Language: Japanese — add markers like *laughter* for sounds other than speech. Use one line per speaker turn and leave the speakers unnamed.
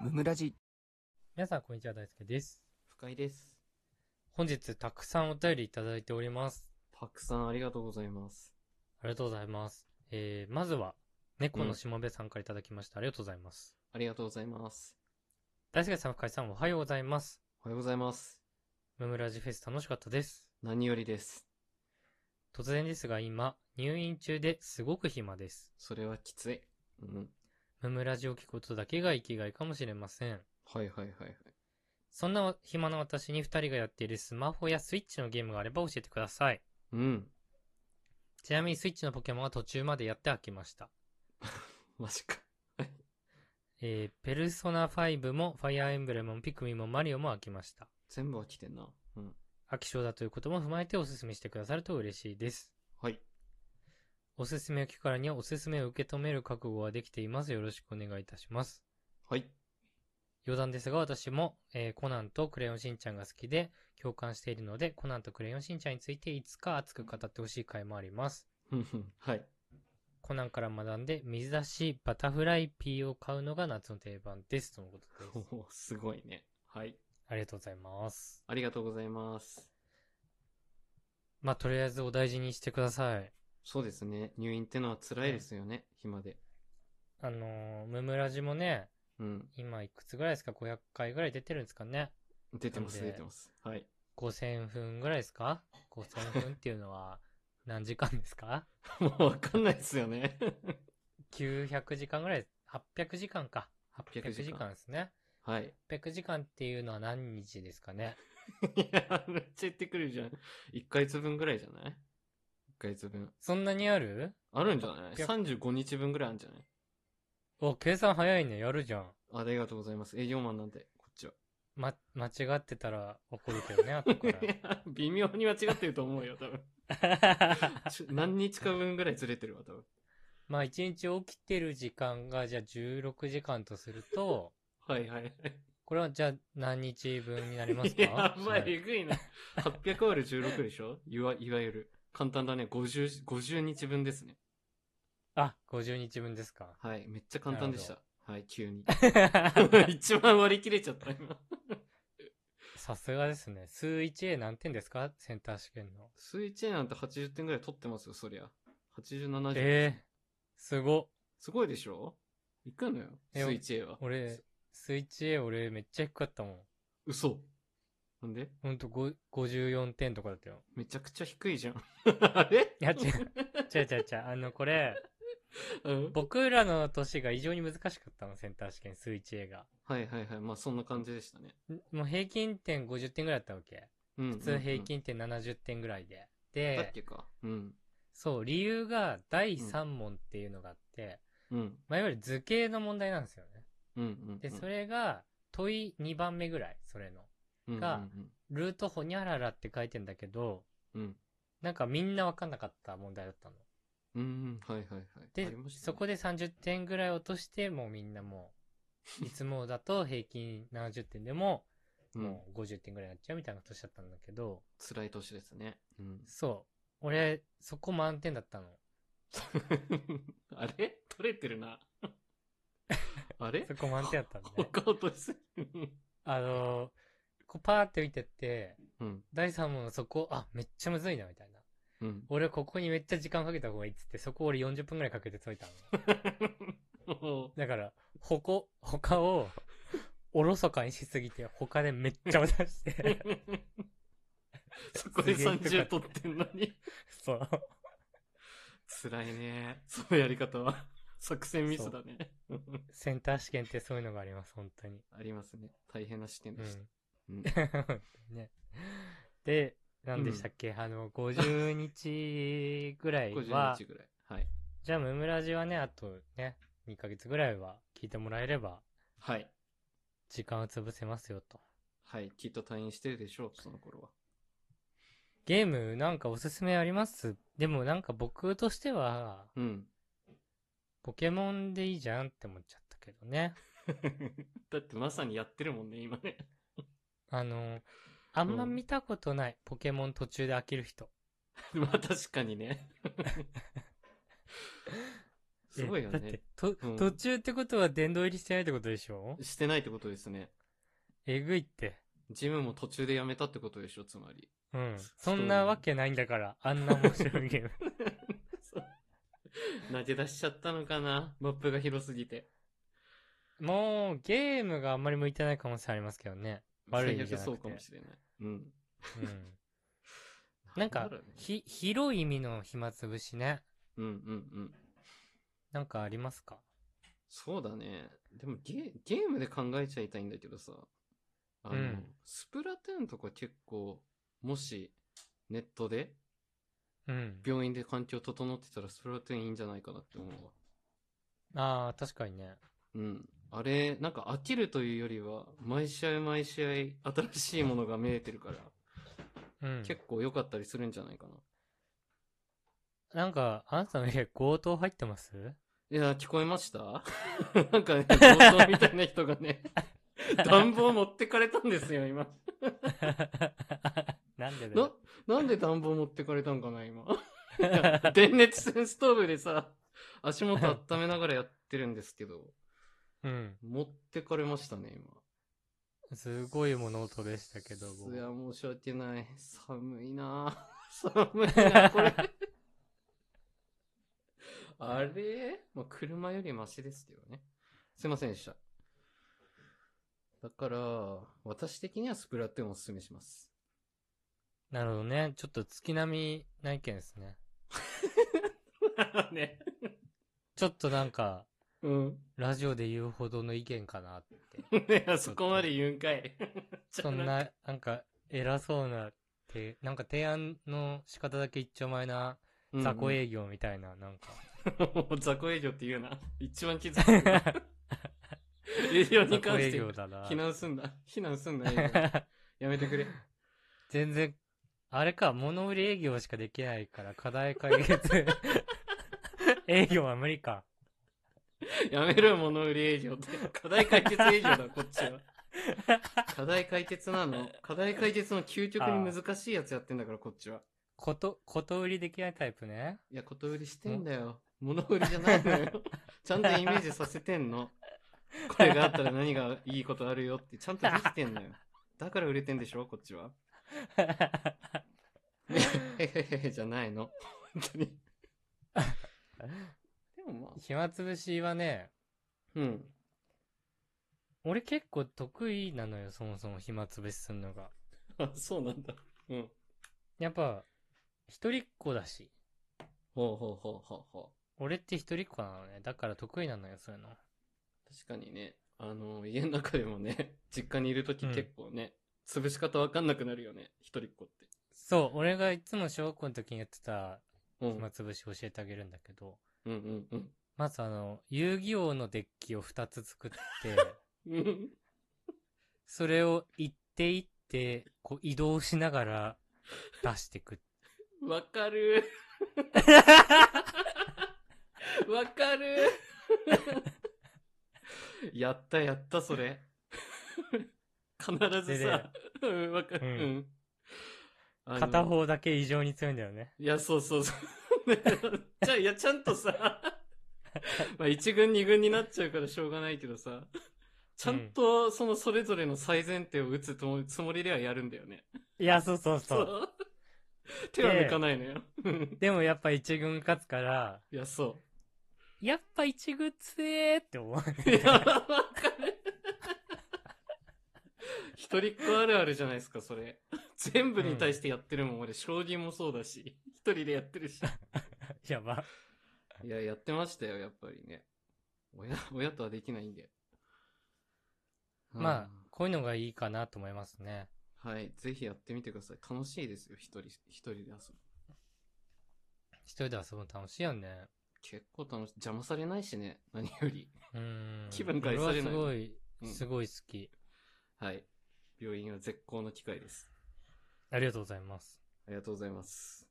ムムラジ
皆さん、こんにちは。大輔です。
深井です。
本日、たくさんお便りいただいております。
たくさんありがとうございます。
ありがとうございます。えー、まずは、猫のしもべさんからいただきました。ありがとうございます。
ありがとうございます。
大輔さん、深井さん、おはようございます。
おはようございます。
ムムラジフェス楽しかったです。
何よりです。
突然ですが、今、入院中ですごく暇です。
それはきつい。うん。
ムムラジを聞くことだけが生きがいかもしれません。
はいはいはいはい。
そんな暇な私に二人がやっているスマホやスイッチのゲームがあれば教えてください。
うん。
ちなみにスイッチのポケモンは途中までやって飽きました。
マジか。
えー、ペルソナ5も、ファイアーエンブレムも、ピクミンも、マリオも飽きました。
全部飽きてんな。うん。
飽き性だということも踏まえておすすめしてくださると嬉しいです。
はい。
おすすめを聞くからにはおすすめを受け止める覚悟はできています。よろしくお願いいたします。
はい。
余談ですが私も、えーコナンとクレヨンしんちゃんが好きで共感しているので、コナンとクレヨンしんちゃんについていつか熱く語ってほしい回もあります。
ふんふんはい。
コナンから学んで水出しバタフライピーを買うのが夏の定番です。とのこと
*laughs*
です。
おーすごいね。はい。
ありがとうございます。
ありがとうございます。
まあ、とりあえずお大事にしてください。
そうですね。入院ってのは辛いですよね。暇で。
あのー、ムムラジもね、
うん。
今いくつぐらいですか ?500 回ぐらい出てるんですかね
出てます
なん
出
で
てます。はい。 *laughs*
5000分ぐらいですか ?5000 分っていうの
*laughs*
は何時間ですか
もうわかんないですよ *laughs* ね。
?900 時間ぐらい、800時間か。
800
800
時
時間
間
で。すね。
はい。
800時間っていうのは何日ですかね
いや、 *laughs* めっちゃ言ってくるじゃん。1ヶ月分ぐらいじゃない ?1 ヶ月分。
そんなにある
あるんじゃない
800
?35 日分ぐらいあるんじゃない
お、計算早いね。やるじゃん。
ありがとうございます。営業マンなんで、こっちは。
ま、間違ってたら怒るけどね、後か
*laughs* いや微妙に間違ってると思うよ、
*laughs*
多分。
ら。
ちょ何日か分ぐらいずれてるわ、多分。
まあ、1日起きてる時間が、じゃあ16時間とすると、
はいはいはい。
これはじゃあ何日分になりますか
*laughs* やばい、
はい
えぐいな。800割る16でしょいわいわゆる。簡単だね。50、50日分ですね。
あ、50日分ですか。
はい。めっちゃ簡単でした。はい、急に。 *laughs*
さ
一番割り切れちゃった、今。
すがですね。数 1A 何点ですかセンター試験の。
数1なんて80点ぐらい取ってますよ、そりゃ。80、70。
ええすご。
すごいでしょ行くのよ。
え
数1 a は。
俺、数 1A 俺めっちゃ低かったもん。
嘘。なんで
ほんとご54点とかだったよ。
めちゃくちゃ低いじ
*laughs*
ゃん。あれ
いや違う。違う違う *laughs* 違う。あの、これ、
*laughs* うん
僕らの年が異常に難しかったの、センター試験、数 1A が。
はいはいはい。まあそんな感じでしたね。
んもう平均点50点ぐらいだったわけ。
うん。
普通平
うん
均点70点ぐらいで。
うんだっ
で、
けか。うん。
そう、理由が第3問っていうのがあって、
うん。
まあ、いわゆる図形の問題なんですよね。
うんうん。
で、それが問い2番目ぐらい、それの。が
うん
ルートホニャララって書いてんだけど、
うんうん。
なんかみんなわかんなかった問題だったの。
うん。うん。はいはいはい。あ
で
りま、したね
そこで30点ぐらい落として、もうみんなもう、いつもだと平均70点でも、
うん
も。う50点ぐらいになっちゃうみたいな年だったんだけど、
辛い年ですね。うん。 *laughs*
そう。俺、そこ満点だったの。
あれ取れて
*laughs*
るな。あれ
そこ満点だ
*laughs*
ったんで、ね。
他落としすぎ。
あのー、こうパーって見てって、
うん。
第3問のそこ、あ、めっちゃむずいな、みたいな。
うん。
俺、ここにめっちゃ時間かけた方がいいっつって、そこ俺40分ぐらいかけて解いたの。
も
だから、ほこ、他を、おろそかにしすぎて、他でめっちゃ渡し
う
て、
*laughs* そこで30取ってんのに。
*laughs* そう。
*laughs* 辛いね。そのやり方は。作戦ミスだね。
センター試験ってそういうのがあります、本当に。
ありますね。大変な視点
う
でした。
ん。
うん
*laughs* ね。で、何でしたっけ、あの、50日ぐらい
50
は
日、ぐらい。はい。
じゃあ、ムムラジはね、あとね、2ヶ月ぐらいは聞いてもらえれば、
はい。
時間を潰せますよと。
はい。きっと退院してるでしょう、その頃は。
ゲームなんかおすすめありますでもなんか僕としては、
うん。
ポケモンでいいじゃんって思っちゃったけどね。
だってまさにやってるもんね、今ね。 *laughs*
あの、あんま
うん
見たことない、ポケモン途中で飽きる人。
*laughs* まあ確かにね。すごいよ
だっ
ね
て。と、
うん
途中ってことは殿堂入りしてないってことでしょ
してないってことですね。
えぐいって。
ジムも途中でやめたってことでしょ、つまり。
うん。
そう
そんなわけないんだから、あんな面白いゲー
*laughs*
ム。
そう投げ出しちゃったのかなマップが広すぎて。
もう、ゲームがあんまり向いてない可能性ありますけどね。悪い意味じ
最
ゃ
悪
なく
そう
て
かもしれない。うん。 *laughs*
うん。なんか
だろうね、
ひ、広い意味の暇つぶしね。
うんうんうん。
なんかありますか
そうだね。でもゲゲームで考えちゃいたいんだけどさ。あの、
うん
スプラトゥーンとか結構、もし、ネットで、
うん。
病院で環境整ってたらスプラトゥーンいいんじゃないかなって思うわ。
ああ、確かにね。
うん。あれ、なんか飽きるというよりは、毎試合毎試合、新しいものが見えてるから、
うん。
結構良かったりするんじゃないかな。
なんか、あなたの家、強盗入ってます
いや、聞こえました *laughs* なんかね、強盗みたいな人がね、暖房持ってかれたんですよ、今。
*laughs* なんでだ
な
よ。、
なんで暖房持ってかれたんかな、今。いや電熱線ストーブでさ、足元温めながらやってるんですけど、
うん。
持ってかれましたね、今。
すごい物音でしたけども。
いや、申し訳ない。寒いな *laughs* ぁ寒いな
*laughs*
ぁこれ。あれまあ、車よりマシですけどね。すいませんでした。だから、私的にはスプラトゥーンをおすすめし
*laughs*
ます。
なるほどね。ちょっと月並みな意見ですね。
ね。
ちょっとなんか、 *laughs*
うん。
ラジオで言うほどの意見かなって。
ねそこまで言うんか *laughs* い。
そんな、なんか、偉そうな、て、なんか提案の仕方だけ一丁前な、
うんうん、
雑魚営業みたいな、なん *laughs* か。
もう *laughs* 雑魚営業って言
*laughs*
うな。一番気づく。営業に
雑魚
関し
営
て
業だな
非。難すんだ。非難すんだ、営業やめてくれ。
*laughs* 全然、あれか、物売り営業しかできないから、課題解 *laughs* 決。営業は無理か。
*laughs* やめろよ、物売り営業って。課題解決営業だ、こっちは。課題解決なの。課題解決の究極に難しいやつやってんだから、こっちは。
こと、こと売りできないタイプね。
いや、こと売りしてんだよ。物売りじゃないのよ。ちゃんとイメージさせてんの。これがあったら何がいいことあるよって、ちゃんとできてんのよ。だから売れてんでしょ、こっちは。へへへへじゃないの。本当に。でもまあ、
*laughs* 暇つぶしはね、
うん。
俺結構得意なのよ、そもそも暇つぶしすんのが。
あ、そうなんだ。うん。
やっぱ、一人っ子だし。
ほうほうほうほうほう。
俺って一人っ子なのね。だから得意なのよ、そういうの。
確かにね、あの、家の中でもね、 *laughs* 実家にいるとき
うん
結構ね、潰し方わかんなくなるよね、一人っ子って。
そう、俺がいつも小学校の時にやってた
うん。
暇つぶし教えてあげるんだけど、
うんうんうん
まずあの、遊戯王のデッキを2つ作って、
*laughs* うん。
それを行って行って、こう移動しながら出してく。
*laughs* わか
*laughs*
る。わかる。やったやった、
*laughs*
それ。必ずさ、うん、わかる。
う
うんん。あの
片方だけ異常に強いんだよね。
いや、そうそうそう。ねじゃあ、いや、ちゃん
*laughs*
とさ、まあ、一軍二軍になっちゃうからしょうがないけどさ、ちゃんと、その、それぞれの最前提を打つつもつもりではやるんだよね。
いや、そうそうそう。
う。手は抜かないのよ。うん
でもやっぱ一軍勝つから、
いや、そ
やっぱ一軍強えって思う。
う。いや、わかる。一人っ子あるあるじゃないですか、それ。全部に対してやってるもん、俺、将棋もそうだし、一人でやってるし。
やば。
いや、やってましたよ、やっぱりね。親、 *laughs* 親とはできないんで。
まあ、こういうのがいいかなと思いますね。
あ。はい、ぜひやってみてください。楽しいですよ、一人、一人で遊ぶ。
一人で遊ぶの楽しいよね。
結構楽しい。邪魔されないしね、何より。
うーん。
気分害されな
俺はす
い
ご
う
い、
ん
すごい好き。
はい。病院は絶好の機会です。
ありがとうございます。
ありがとうございます。